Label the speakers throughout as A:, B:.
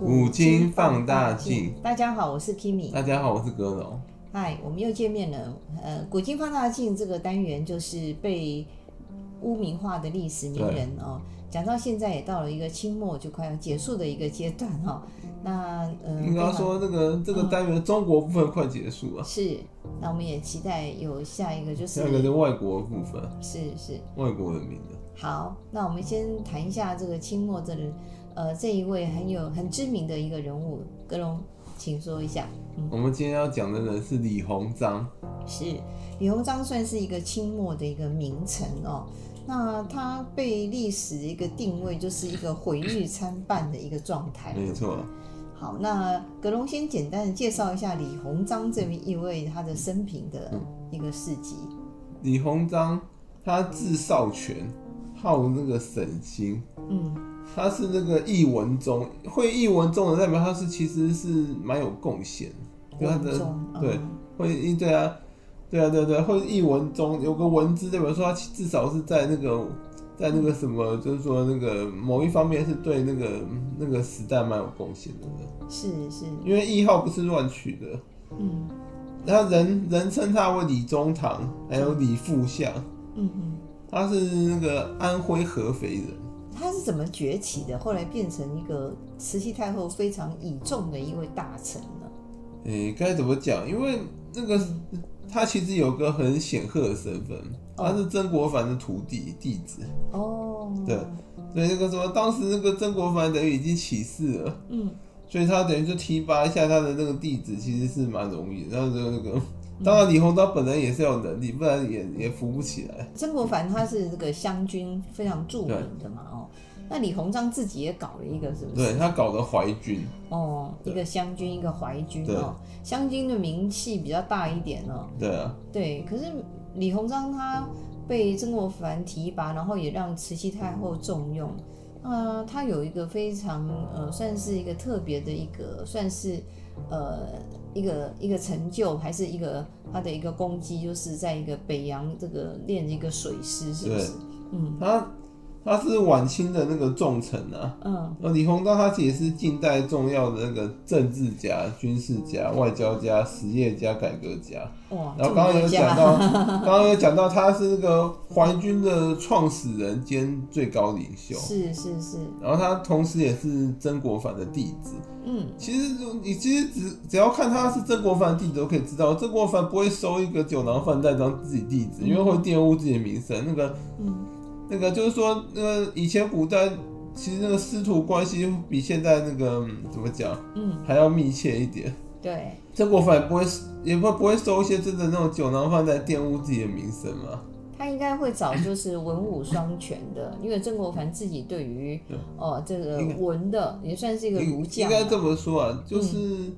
A: 五金放大镜。
B: 大家好，我是 Kimi。
A: 大家好，我是阁楼。
B: 嗨，我们又见面了。呃，古今放大镜这个单元就是被污名化的历史名人哦，讲到现在也到了一个清末就快要结束的一个阶段哈、哦。那呃，
A: 应
B: 非
A: 该
B: 常
A: 说这个这个单元的中国部分快结束了，
B: 是，那我们也期待有下一个就是
A: 下一个是外国的部分，
B: 是是
A: 外国人民的。
B: 好，那我们先谈一下这个清末这人，呃，这一位很有很知名的一个人物，格隆，请说一下。
A: 我们今天要讲的人是李鸿章，
B: 是李鸿章算是一个清末的一个名臣哦。那他被历史一个定位就是一个毁誉参半的一个状态。
A: 没错。
B: 好，那格隆先简单的介绍一下李鸿章这么一位他的生平的一个事迹。
A: 李鸿章他字少全，号那个沈星，
B: 嗯，
A: 他是那个译文中会译文中的代表，他是其实是蛮有贡献的，对他
B: 文
A: 的
B: 嗯中
A: 对
B: 嗯
A: 会译对啊，对啊对啊对啊，会译文中有个文字代表说他至少是在那个在那个什么，就是说那个某一方面是对那个那个时代蛮有贡献的人，
B: 是是，
A: 因为谥号不是乱取的，
B: 嗯
A: 他人人称他为李中堂，还有李副相，
B: 嗯嗯，
A: 他是那个安徽合肥人。
B: 他是怎么崛起的？后来变成一个慈禧太后非常倚重的一位大臣呢？
A: 诶、该怎么讲？因为那个他其实有个很显赫的身份，
B: 哦
A: 他是曾国藩的徒弟弟子。
B: 哦，
A: 对，所以那个什么，当时那个曾国藩等于已经起事了，
B: 嗯，
A: 所以他等于就提拔一下他的那个弟子，其实是蛮容易的。然后就那个，当然李鸿章本人也是有能力，不然也也扶不起来。
B: 曾国藩他是这个湘军非常著名的嘛，哦，那李鸿章自己也搞了一个是不是？
A: 对他搞得淮军，
B: 哦，一
A: 对
B: 个湘军，一个淮军
A: 对
B: 哦，湘军的名气比较大一点哦，
A: 对啊，
B: 对，可是李鸿章他被曾国藩提拔，然后也让慈禧太后重用。呃，他有一个非常呃，算是一个特别的一个，算是呃一个一个成就，还是一个他的一个功绩，就是在一个北洋这个练一个水师，是不是？嗯
A: 他他是晚清的那个重臣啊。
B: 嗯，
A: 那李鸿章他也是近代重要的那个政治家、军事家、外交家、实业家、改革家。
B: 哇，
A: 然后刚刚有讲
B: 这么
A: 到，刚刚有讲到他是那个淮军的创始人兼最高领
B: 多
A: 袖
B: 家，是是是，
A: 然后他同时也是曾国藩的弟子。
B: 嗯，
A: 其实就你其实只只要看他是曾国藩的弟子，都可以知道曾国藩不会收一个酒囊饭袋当自己弟子，因为会玷污自己的名声。那个
B: 嗯
A: 那个就是说，那个以前古代其实那个师徒关系比现在那个嗯怎么讲
B: 嗯，
A: 还要密切一点。
B: 对，
A: 曾国藩也不会也不不会收一些真的那种酒囊饭袋玷污自己的名声嘛。
B: 他应该会找就是文武双全的，因为曾国藩自己对于
A: 对
B: 哦、这个
A: 应该
B: 文的也算是一个儒
A: 应
B: 将
A: 该
B: 啊，
A: 这么说啊，就是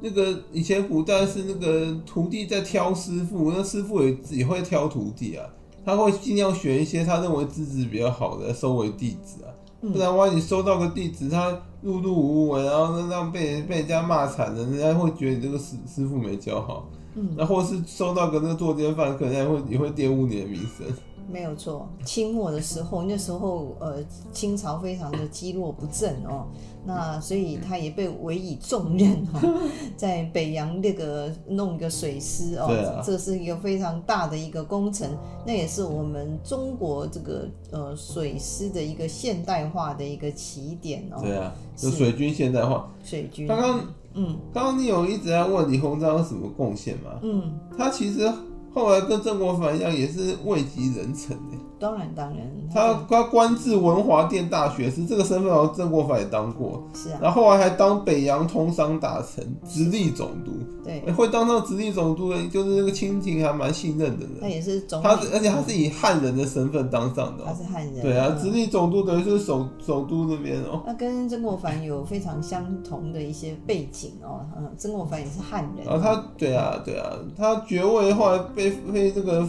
A: 那个以前古代是那个徒弟在挑师傅，那师傅也自己会挑徒弟啊，他会尽量选一些他认为资质比较好的收为弟子啊，
B: 嗯
A: 不然万一你收到个弟子他碌碌无为，然后那让被被人家骂惨了，人家会觉得你这个师师傅没教好，
B: 嗯，
A: 那或是收到个那个作奸犯科，人家会也会玷污你的名声。
B: 没有错。清末的时候，那时候呃清朝非常的积弱不振哦，那所以他也被委以重任 哦，在北洋那个弄一个水师哦，
A: 对啊
B: 这这是一个非常大的一个工程，那也是我们中国这个呃水师的一个现代化的一个起点哦，
A: 对啊，就是水军现代化。
B: 水军，
A: 刚刚
B: 嗯
A: 刚刚你有一直在问李鸿章有什么贡献吗？
B: 嗯。
A: 他其实后来跟曾国藩一样，也是位极人臣欸
B: 当然，当然，
A: 他他官至文华殿大学士，这个身份好像曾国藩也当过，
B: 是啊，
A: 然后后来还当北洋通商大臣、直隶总督。
B: 对，
A: 欸会当上直隶总督的，就是那个清廷还蛮信任的
B: 他
A: 人。
B: 也是总理，
A: 他是而且他是以汉人的身份当上的
B: 他
A: 哦、
B: 是汉人，
A: 对啊，
B: 嗯
A: 直隶总督等于是首首都那边哦、
B: 那跟曾国藩有非常相同的一些背景哦，嗯，曾国藩也是汉人，
A: 然后他对啊对啊，他爵位后来被被这个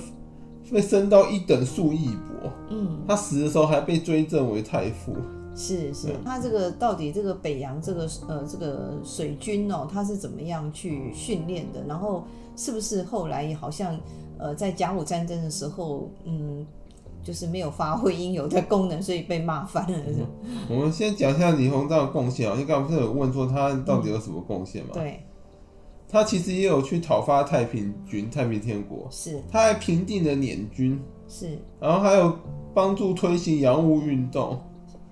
A: 被升到一等庶义伯，
B: 嗯，
A: 他死的时候还被追赠为太傅。
B: 是是
A: 对，
B: 他这个到底这个北洋这个呃这个水军哦，他是怎么样去训练的？然后是不是后来好像呃在甲午战争的时候，嗯，就是没有发挥应有的功能，所以被骂翻了。是吧
A: 我们先讲一下李鸿章的贡献啊，因为刚刚不是有问说他到底有什么贡献嘛？
B: 对，
A: 他其实也有去讨伐太平军、太平天国，
B: 是
A: 他还平定了捻军，
B: 是，
A: 然后还有帮助推行洋务运动，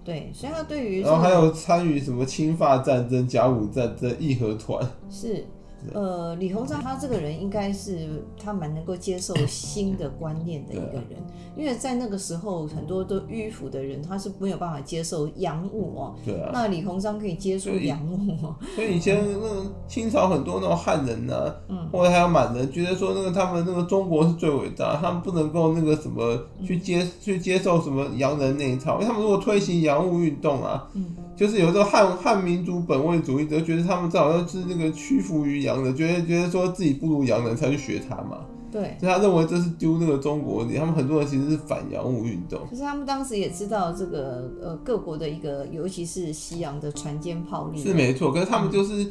B: 对，所以他对于这
A: 然后还
B: 个
A: 有参与什么侵法战争、甲午战争、义和团。
B: 是，呃，李鸿章他这个人应该是他蛮能够接受新的观念的一个人，因为在那个时候很多都迂腐的人，他是没有办法接受洋务哦。
A: 对啊，
B: 那李鸿章可以接受
A: 所以
B: 洋务、哦，
A: 所以以前那种清朝很多那种汉人呐、或者还有满人，觉得说那个他们那个中国是最伟大，他们不能够那个什么去接去接受什么洋人那一套，因为他们如果推行洋务运动啊，
B: 嗯
A: 就是有这个汉汉民族本位主义者，觉得他们这好像是那个屈服于洋人，觉得觉得说自己不如洋人才去学他嘛，
B: 对。
A: 所以他认为这是丢那个中国脸，他们很多人其实是反洋务运动。
B: 可是他们当时也知道这个呃各国的一个，尤其是西洋的船坚炮利，
A: 是没错，可是他们就是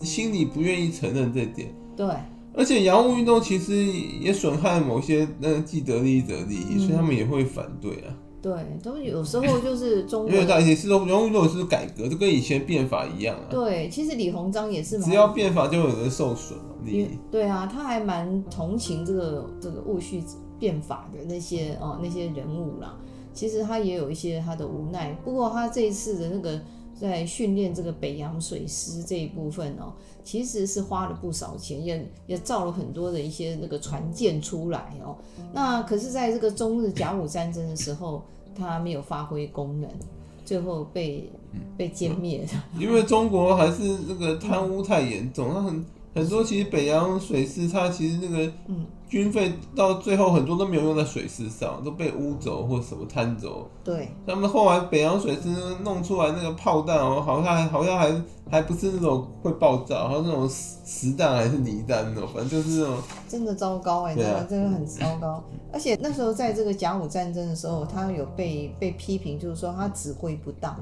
A: 心里不愿意承认这点。
B: 对，
A: 而且洋务运动其实也损害某些那既得利益者的利益，
B: 嗯
A: 所以他们也会反对啊。
B: 对，都有时候就是中
A: 因
B: 国
A: 为
B: 的
A: 大也是说洋务运动也是改革，就跟以前变法一样啊，
B: 对，其实李鸿章也是蛮
A: 只要变法就有人受损嘛，利
B: 也
A: 益。
B: 对啊，他还蛮同情这个这个戊戌变法的那些哦那些人物啦。其实他也有一些他的无奈，不过他这一次的那个在训练这个北洋水师这一部分哦，其实是花了不少钱，也也造了很多的一些那个船舰出来哦。那可是在这个中日甲午战争的时候，他没有发挥功能，最后被被歼灭了。
A: 因为中国还是那个贪污太严重，那很很多其实北洋水师它其实那个
B: 嗯
A: 军费到最后很多都没有用在水师上，都被污走或什么贪走。
B: 对，
A: 他们后来北洋水师弄出来那个炮弹哦，好像还好像还还不是那种会爆炸，好像那种实实弹还是泥弹那种，反正就是那种
B: 真的糟糕哎、
A: 对
B: 真
A: 啊
B: 的真的很糟糕。而且那时候在这个甲午战争的时候，他有被被批评，就是说他指挥不当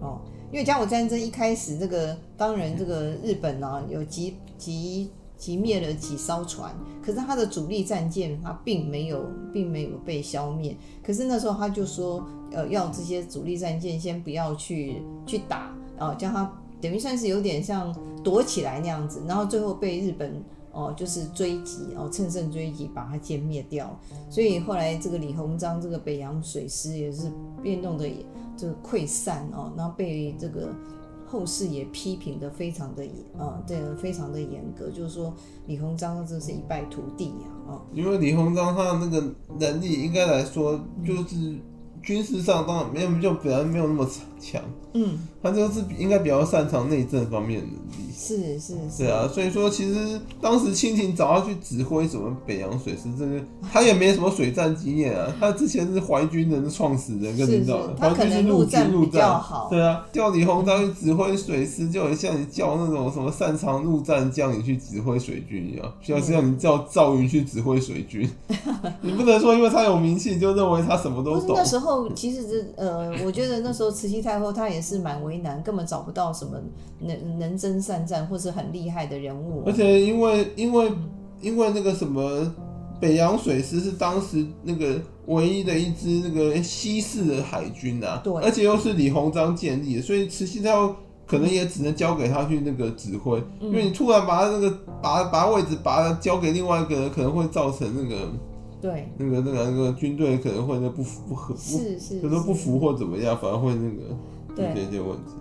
B: 哦。因为甲午战争一开始，这个当然这个日本呢、有击击击灭了几艘船，可是他的主力战舰他并没有并没有被消灭。可是那时候他就说，呃，要这些主力战舰先不要去去打，哦，叫他等于算是有点像躲起来那样子，然后最后被日本哦，就是追击哦，乘胜追击把它歼灭掉了。所以后来这个李鸿章这个北洋水师也是被弄得也这个溃散哦，然后被这个后世也批评的非常的严啊、对，非常的严格，就是说李鸿章这是一败涂地呀、啊，哦，
A: 因为李鸿章他的那个能力应该来说就是军事上当然没有就本来没有那么强，
B: 嗯，
A: 他就是比应该比较擅长内政方面的能力。
B: 是是是，
A: 对啊，所以说其实当时清廷找他去指挥什么北洋水师，这个他也没什么水战经验 啊。他之前是淮军的创始人跟领导人，
B: 是是他
A: 淮
B: 可
A: 军
B: 能
A: 是陆
B: 陆战
A: 军陆
B: 比较好
A: 对啊，调李鸿章去指挥水师，就很像你叫那种什么擅长陆战将你去指挥水军一样，像是像你叫赵云去指挥水 军。你不能说因为他有名气你就认为他什
B: 不
A: 么都
B: 是
A: 懂
B: 那。时候，其实这呃，我觉得那时候慈禧太后她也是蛮为难，根本找不到什么能能征善战或是很厉害的人物
A: 而
B: 哦。
A: 且因为因为因为那个什么北洋水师是当时那个唯一的一支那个西式的海军啊，
B: 对
A: 而且又是李鸿章建立的，所以慈禧太后可能也只能交给他去那个指挥，
B: 嗯
A: 因为你突然把他那个把把位置把他交给另外一个人，可能会造成那个
B: 对，
A: 那个那个那个军队可能会那不服不合不，
B: 是是，
A: 可能不
B: 是
A: 服或怎么样，反而会那个
B: 对
A: 出现一些问题。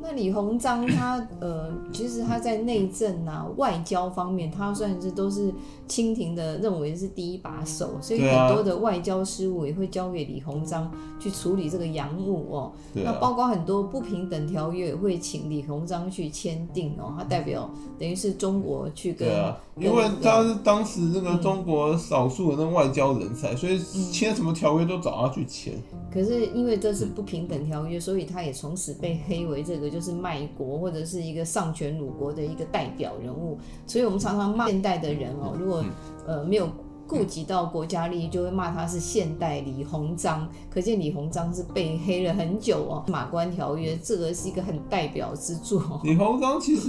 B: 那李鸿章他呃，其实他在内政啊、外交方面，他算是都是清廷的认为是第一把手，所以
A: 对啊
B: 很多的外交事务也会交给李鸿章去处理这个洋务哦。
A: 对
B: 那
A: 啊，
B: 包括很多不平等条约也会请李鸿章去签订哦，他代表等于是中国去跟
A: 对啊，
B: 跟
A: 因为
B: 那个
A: 他是当时那个中国少数的那外交人才，
B: 嗯
A: 所以签什么条约都找他去签。
B: 可是因为这是不平等条约，所以他也从此被黑为这个就是卖国或者是一个丧权辱国的一个代表人物。所以我们常常骂现代的人哦，如果呃没有顾及到国家利益，就会骂他是现代李鸿章。可见李鸿章是被黑了很久哦。马关条约这个是一个很代表之作哦，
A: 李鸿章其实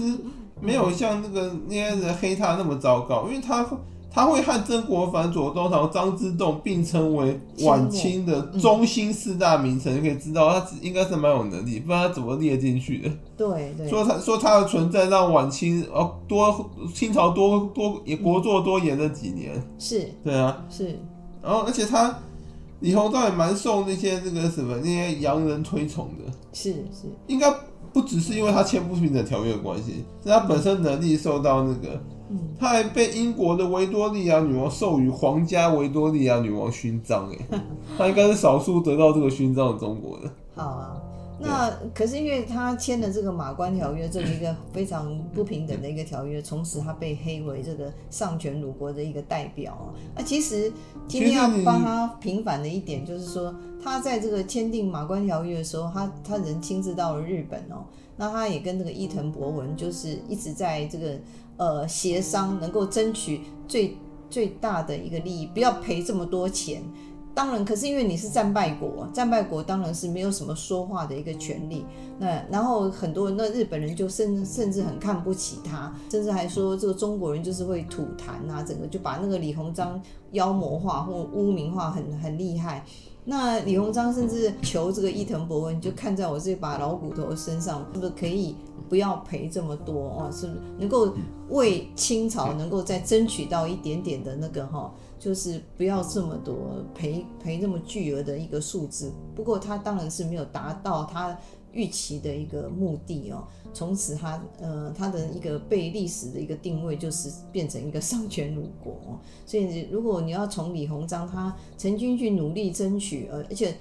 A: 没有像那个那些人黑他那么糟糕，因为他他会和曾国藩、左宗棠、张之洞并称为晚清的中兴四大名臣，就可以知道他应该是蛮有能力，不然他怎么列进去的？
B: 对对，
A: 说他说他的存在让晚清哦多清朝多多也国祚多延了几年，
B: 是
A: 对啊，
B: 是，
A: 然后而且他李鸿章也蛮受那些那个什么那些洋人推崇的，
B: 是是，
A: 应该不只是因为他签不平等条约的关系，是他本身能力受到那个，
B: 嗯，
A: 他还被英国的维多利亚女王授予皇家维多利亚女王勋章，哎，他应该是少数得到这个勋章的中国人。
B: 好啊。
A: 嗯
B: 那可是因为他签了这个马关条约，这么一个非常不平等的一个条约，从此他被黑为这个丧权辱国的一个代表啊。那其实今天要
A: 其实你
B: 帮他平反的一点就是说，他在这个签订马关条约的时候，他他人亲自到了日本哦，那他也跟这个伊藤博文就是一直在这个呃协商，能够争取最最大的一个利益，不要赔这么多钱。当然，可是因为你是战败国，战败国当然是没有什么说话的一个权利。那然后很多人，那日本人就甚甚至很看不起他，甚至还说这个中国人就是会吐痰啊，整个就把那个李鸿章妖魔化或污名化很很厉害。那李鸿章甚至求这个伊藤博文，就看在我这把老骨头身上，是不是可以不要赔这么多哦？是不是能够为清朝能够再争取到一点点的那个哈、就是不要这么多赔赔那么巨额的一个数字。不过他当然是没有达到他预期的一个目的哦。从此他呃他的一个被历史的一个定位就是变成一个丧权辱国、哦。所以如果你要从李鸿章他曾经去努力争取，呃，而且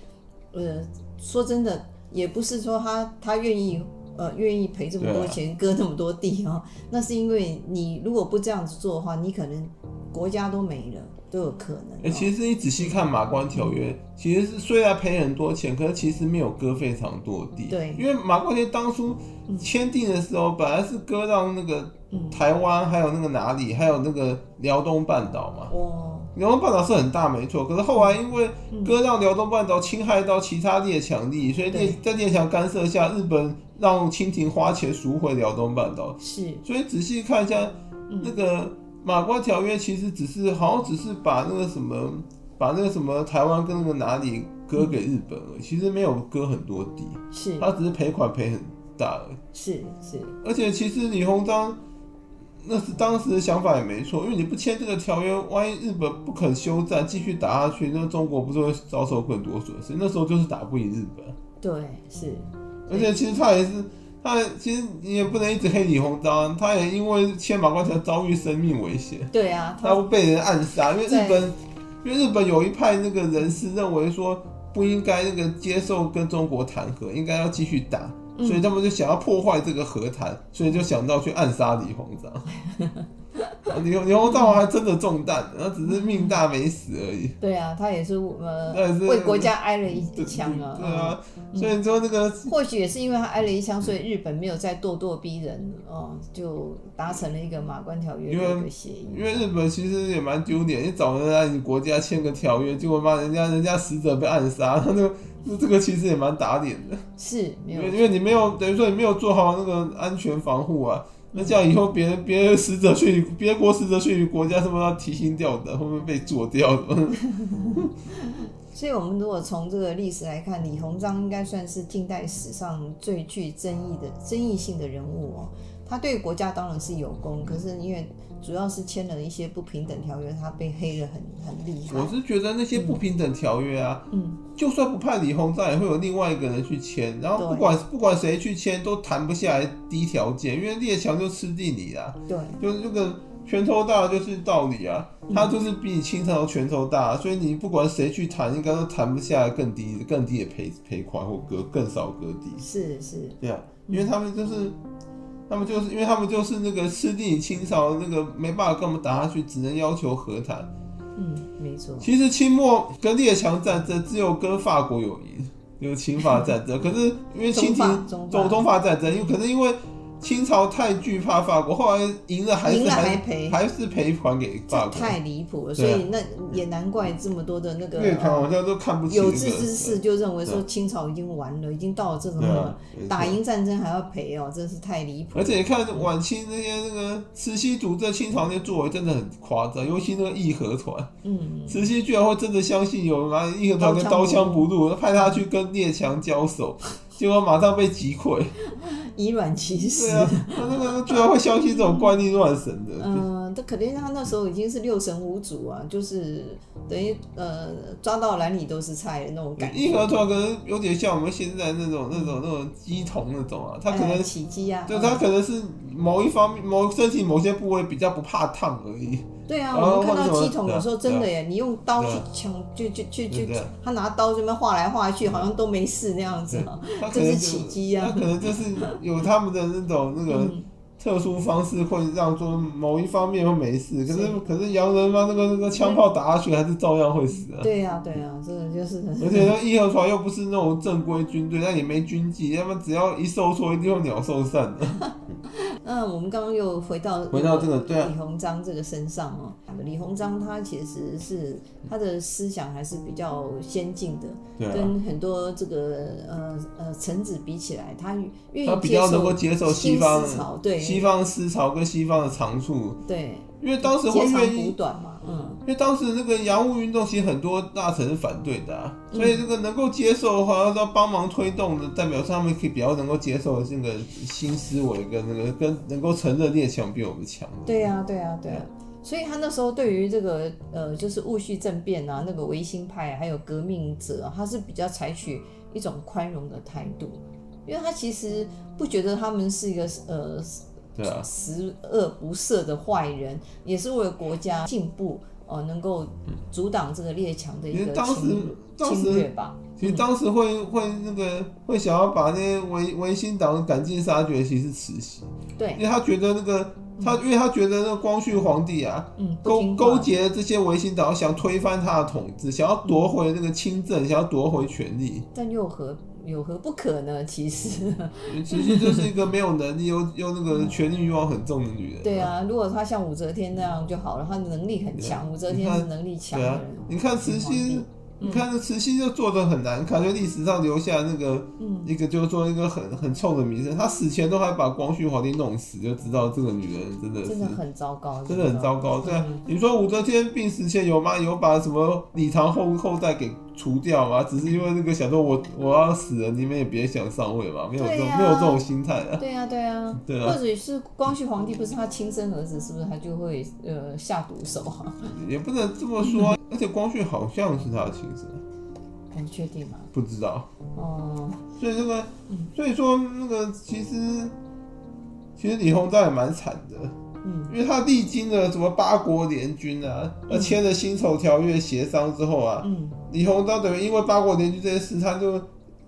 B: 呃说真的，也不是说他他愿意。呃，愿意赔这么多钱，割那么多地哦，那是因为你如果不这样子做的话，你可能国家都没了，都有可能、哦。
A: 哎、其实你仔细看马关条约，其实是虽然赔很多钱，可是其实没有割非常多地。
B: 对
A: 因为马关条约当初签订的时候，本来是割让那个台湾，还有那个哪里，还有那个辽东半岛嘛。
B: 哦，
A: 辽东半岛是很大没错，可是后来因为割让辽东半岛，侵害到其他列强利益，所以列在列强干涉下，日本让清廷花钱赎回辽东半岛。
B: 是
A: 所以仔细看一下那个马关条约，其实只是好像只是把那个什么，把那个什么台湾跟那个哪里割给日本了，其实没有割很多地，
B: 是
A: 他只是赔款赔很大而已。
B: 是是，
A: 而且其实李鸿章那是当时的想法也没错，因为你不签这个条约，万一日本不肯休战，继续打下去，那中国不是会遭受更多损失？那时候就是打不赢日本。
B: 对是，
A: 而且其实他也是，他其实你也不能一直黑李鸿章，他也因为签马关条约遭遇生命危险，
B: 对啊，
A: 他
B: 他
A: 会被人暗杀，因为
B: 对
A: 日本，因为日本有一派那个人士认为说不应该那个接受跟中国谈和，应该要继续打。
B: 嗯
A: 所以他们就想要破坏这个和谈，所以就想到去暗杀李鸿章。 啊李李鸿章还真的中弹，他只是命大没死而已。
B: 对啊，他也是呃
A: 但是
B: 为国家挨了一一枪啊。
A: 对啊，所以说那个
B: 嗯或许也是因为他挨了一枪，所以日本没有再咄咄逼人哦，就达成了一个马关条约
A: 因为
B: 的一个协议。
A: 因为日本其实也蛮丢脸，你找人家你国家签个条约，结果妈人家人家死者被暗杀，那就那这个其 实也蛮打脸的，
B: 是没
A: 因
B: 有
A: 为因为你没有等于说你没有做好那个安全防护啊，那这样以后别人别人死者去别国死者去你国家，是不是要提心吊胆，会不会被做掉的？
B: 所以，我们如果从这个历史来看，李鸿章应该算是近代史上最具争议的争议性的人物哦。他对国家当然是有功，可是因为主要是签了一些不平等条约，他被黑了很很厉害
A: 我。是觉得那些不平等条约啊，
B: 嗯，
A: 就算不派李鸿章，也会有另外一个人去签，然后不
B: 对
A: 管不管谁去签，都谈不下来低条件，因为列强就吃啊定你啦、
B: 对，
A: 就是这个拳头大就是道理啊，他就是比你清朝拳头大，啊所以你不管谁去谈，应该都谈不下更低更低的赔赔款或割更少割低，
B: 是是，
A: 对啊，因为他们就是。他们就是因为他们就是那个吃定清朝那个没办法跟我们打下去，只能要求和谈。
B: 嗯，没错，
A: 其实清末跟列强战争只有跟法国有赢，有清法战争。可是因为
B: 嗯
A: 清
B: 中法
A: 廷
B: 中法
A: 中中法战争，因为可是因为清朝太惧怕法国，后来赢了还
B: 赢
A: 是
B: 了
A: 还
B: 还赔
A: 还是赔款给法
B: 这
A: 国，
B: 太离谱了，所
A: 对啊
B: 以那也难怪这么多的那个
A: 越台湾好像都看不起
B: 有
A: 那
B: 志
A: 个
B: 之士就认为说
A: 对啊
B: 清朝已经完了，已经到了这种
A: 对啊，没
B: 打
A: 错
B: 赢战争还要赔哦，真是太离谱
A: 而。且你看晚清那些那个慈禧主政清朝那些作为真的很夸张，尤其那个义和团，
B: 嗯，
A: 慈禧居然会真的相信有拿义和团跟刀枪不入，派他去跟列强交手， 结果马上被击溃。
B: 以卵击石
A: 对。啊，他那个居然会相信这种怪力乱神的，
B: 嗯，他肯定他那时候已经是六神无主啊，就是等于呃抓到哪里都是菜的那种感
A: 义和
B: 觉。
A: 团可能有点像我们现在那种那种那种鸡童那种啊，他可
B: 哎
A: 能。
B: 起鸡啊，
A: 就
B: 嗯
A: 他可能是某一方面、某身体某些部位比较不怕烫而已，
B: 对啊，
A: 然后
B: 我们看
A: 或者
B: 到
A: 什么
B: 鸡桶有时候真的耶，你用刀去抢，就就就
A: 啊对啊
B: 就
A: 不对
B: 他拿刀这边划来划去，好像都没事那样子啊。
A: 他可
B: 这
A: 能
B: 是
A: 就
B: 奇迹啊
A: 他可能就是有他们的那种那个
B: 嗯，
A: 特殊方式会让说某一方面会没事，可是
B: 是
A: 可是洋人嘛，那个那个枪炮打下去还是照样会死啊。
B: 对呀对呀，这个就是
A: 而且那义和团又不是那种正规军队，那也没军纪，要不然只要一受挫，一定会鸟兽散的。
B: 嗯，我们刚刚又回到
A: 回到这个对啊
B: 李鸿章这个身上哦。李鸿章他其实是他的思想还是比较先进的，
A: 对啊，
B: 跟很多这个呃呃臣子比起来，他愿
A: 他
B: 意
A: 比
B: 接
A: 较能够
B: 受
A: 接受西
B: 新
A: 方
B: 思潮，对
A: 西方思潮跟西方的长处，
B: 对，
A: 因为当时会
B: 截长
A: 愿
B: 补
A: 意。
B: 短嘛，嗯，
A: 因为当时那个洋务运动，其实很多大臣是反对的、啊，
B: 嗯
A: 所以这个能够接受的话，要帮忙推动的，代表他们可以比较能够接受这个新思维跟那个跟能够承认列强比我们强。啊
B: 对呀、对呀、对呀、啊所以他那时候对于这个呃，就是戊戌政变啊，那个维新派、还有革命者啊、他是比较采取一种宽容的态度，因为他其实不觉得他们是一个呃
A: 对啊，
B: 十恶不赦的坏人，也是为了国家进步哦、呃能够阻挡这个列强的一
A: 因为
B: 个
A: 当时
B: 侵
A: 当
B: 侵略
A: 时
B: 吧。
A: 其实当时会会那个会想要把那些维维新党赶尽杀绝，其实是慈禧，因
B: 对，
A: 为他觉得那个他因为他觉得那个光绪皇帝啊。
B: 嗯，不
A: 勾
B: 听
A: 勾
B: 话，
A: 结这些维新党，想推翻他的统治，想要夺回那个清政，想要夺回权力。
B: 但又何有何不可呢？ 其实，啊
A: 其实就是一个没有能力又又那个权力欲望很重的女人。
B: 对啊，如果他像武则天那样就好了，他能力很强，武则天是能力强
A: 啊对
B: 的
A: 啊
B: 人，，嗯
A: 你看慈禧，你看那慈禧就做的很难看，就历史上留下那个
B: 嗯，
A: 一个就是说一个很很臭的名声。她死前都还把光绪皇帝弄死，就知道这个女人真的是
B: 真的很糟糕，
A: 真的很糟糕。对啊
B: 嗯，
A: 你说武则天病死前有吗？有把什么李唐后后代给除掉吗？只是因为那个想说我我要死了，你们也别想上位嘛，没有这种
B: 对啊
A: 没有这种心态啊。
B: 对呀、对呀、
A: 对啊
B: 或者是光绪皇帝不是他亲生儿子，是不是他就会呃下毒手啊？
A: 也不能这么说，啊而且光绪好像是他的亲生，
B: 很确定吗？
A: 不知道。
B: 哦、
A: 所以那个，所以说那个其实，其实李鸿章也蛮惨的，
B: 嗯，
A: 因为他历经了什么八国联军啊，而签了辛丑条约协商之后啊，
B: 嗯，
A: 李鸿章等于因为八国联军这件事，他就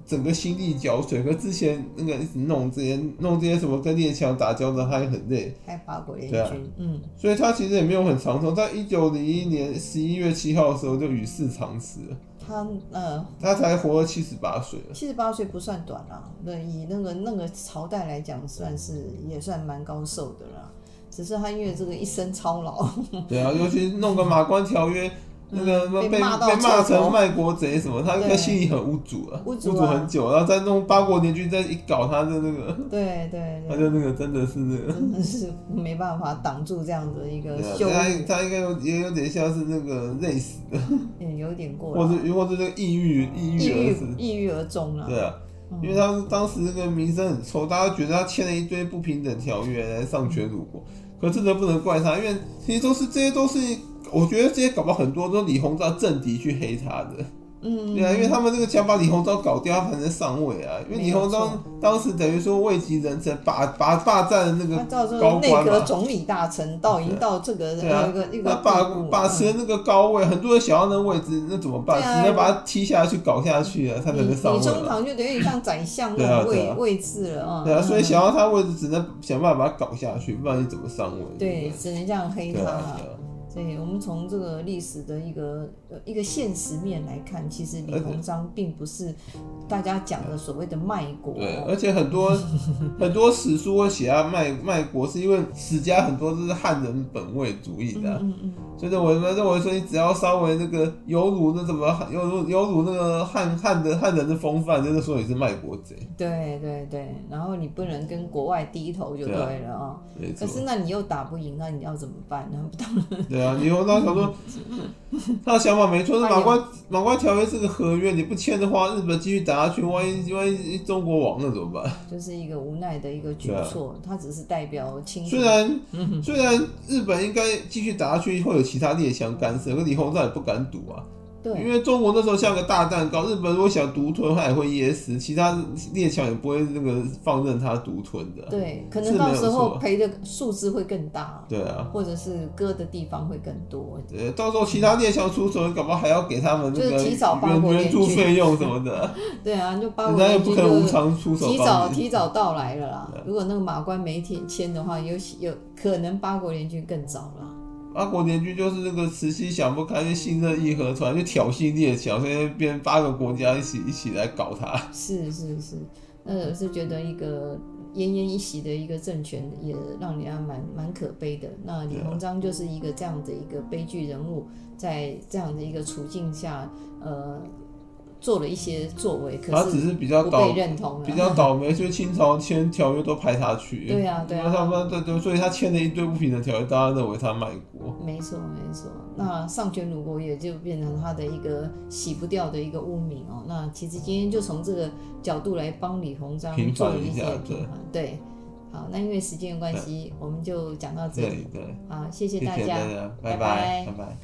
A: 整个心力交瘁。可之前那个一直弄这些弄这些什么跟列强打交道，他也很累。
B: 还八国联
A: 对啊
B: 军，嗯，
A: 所以他其实也没有很长寿，在一九零一年十一月七号的时候就与世长辞了，
B: 他呃
A: 他才活了七十八岁。
B: 七十八岁不算短啦、那以那个那个朝代来讲，算是也算蛮高寿的啦。只是他因为这个一生操劳，
A: 对啊，尤其弄个马关条约，那个
B: 嗯被
A: 被
B: 骂到
A: 被骂
B: 臭头
A: 成卖国贼什么，他
B: 对
A: 他心里很无主啊，
B: 无
A: 无
B: 主啊
A: 很久，然后再弄八国联军再一搞他的那个，
B: 对对
A: 他
B: 对，
A: 就那个真的是那个，
B: 真的是没办法挡住这样的一个羞
A: 对啊
B: 辱，
A: 他他应该有也有点像是那个累死的，
B: 啊也有点过
A: 或
B: 了，
A: 者或者这个抑郁
B: 抑
A: 抑郁而死
B: 郁，抑郁嗯而终了。
A: 对啊。因为他当时那个名声很臭，大家觉得他签了一堆不平等条约来丧权辱国，可真的不能怪他，因为其实都是这些都是，我觉得这些搞不好很多都是李鸿章政敌去黑他的。
B: 嗯，
A: 对啊，因为他们这个想把李鸿章搞掉，他才能上位啊。因为李鸿
B: 没有
A: 章当时等于说位极人臣，霸霸霸占了那
B: 他
A: 个，
B: 到时
A: 高
B: 候
A: 官
B: 内
A: 嘛
B: 阁总理大臣到已经到这个
A: 对啊
B: 呃一个一
A: 他
B: 个
A: 把
B: 地步
A: 把持了那个高位，很多人想要那个位置，那怎么办？
B: 对啊
A: 只能把他踢下去、搞下去啊，他才
B: 李
A: 能上
B: 李
A: 位
B: 中
A: 啊。
B: 堂就等于像宰相
A: 对啊
B: 那种
A: 对
B: 位
A: 啊
B: 位置了啊。
A: 对啊，所以
B: 嗯
A: 想要他位置，只能想办法把他搞下去，不然你怎么上位？
B: 对，只能这样黑
A: 对
B: 他
A: 啊，
B: 啊。
A: 对啊
B: 所以我们从这个历史的一个呃一个现实面来看，其实李
A: 而且
B: 鸿章并不是大家讲的所谓的卖国
A: 对，啊呃
B: 哦，
A: 而且 很多很多史书会写他卖卖国，是因为史家很多都是汉人本位主义的啊、
B: 嗯嗯
A: 所以我们认为说，你只要稍微那个有辱那什么有辱有辱那个汉汉的汉人的风范，就是说你是卖国贼，
B: 嗯，对对对，然后你不能跟国外低头就
A: 对
B: 对
A: 啊
B: 了哦。
A: 没错
B: 可。是那你又打不赢，那你要怎么办？那不
A: 对啊，李鸿章想 说，他的想法没错，是
B: 哎呦
A: 马关马关条约是个合约，你不签的话，日本继续打下去，万一万一中国亡了怎么办？
B: 就是一个无奈的一个举
A: 对啊
B: 措，它只是代表清
A: 虽然
B: 嗯
A: 虽然日本应该继续打下去，会有其他列强干涉，可李鸿章也不敢赌啊，因
B: 对
A: 为中国那时候像个大蛋糕，日本如果想独吞，他也会噎死，其他列强也不会那个放任他独吞的。
B: 对，可能
A: 是没
B: 到
A: 有
B: 时
A: 错
B: 候赔的数字会更大，
A: 对啊，
B: 或者是割的地方会更多。
A: 呃，到时候其他列强出手，搞不好还要给他们那
B: 就是提早
A: 个
B: 包
A: 援
B: 裹
A: 援助
B: 进去
A: 费用什么的，
B: 对啊，就八
A: 人
B: 国
A: 家又
B: 联
A: 不
B: 军
A: 可能无
B: 就
A: 偿出手
B: 提早
A: 帮你。
B: 提早到来了啦
A: 对。
B: 如果那个马关没签签的话，有有可能八国联军更早了。
A: 八国联啊军就是那个慈禧想不开，就信任义和团，就挑衅列强，所以变八个国家一起一起来搞他。
B: 是是是，那我是觉得一个奄奄一息的一个政权，也让人家蛮蛮可悲的。那李
A: 对啊
B: 鸿章就是一个这样的一个悲剧人物，在这样的一个处境下，呃，做了一些作为，
A: 他
B: 可
A: 只
B: 是
A: 是比较
B: 不被
A: 倒
B: 认同了。
A: 比 较倒霉，所以清朝签条约都派他去。
B: 对啊对啊
A: 他们对对，所以他签了一堆不平等条约，大家认为他卖国。
B: 没错，没错。那丧权辱国也就变成他的一个洗不掉的一个污名哦。那其实今天就从这个角度来帮李鸿章
A: 平反
B: 做一
A: 一下
B: 些
A: 对
B: 平衡。对，好，那因为时间的关系，我们就讲到这
A: 对
B: 里。
A: 对，
B: 好，谢谢
A: 谢谢
B: 大
A: 大
B: 家。
A: 家，拜
B: 拜拜
A: 拜拜。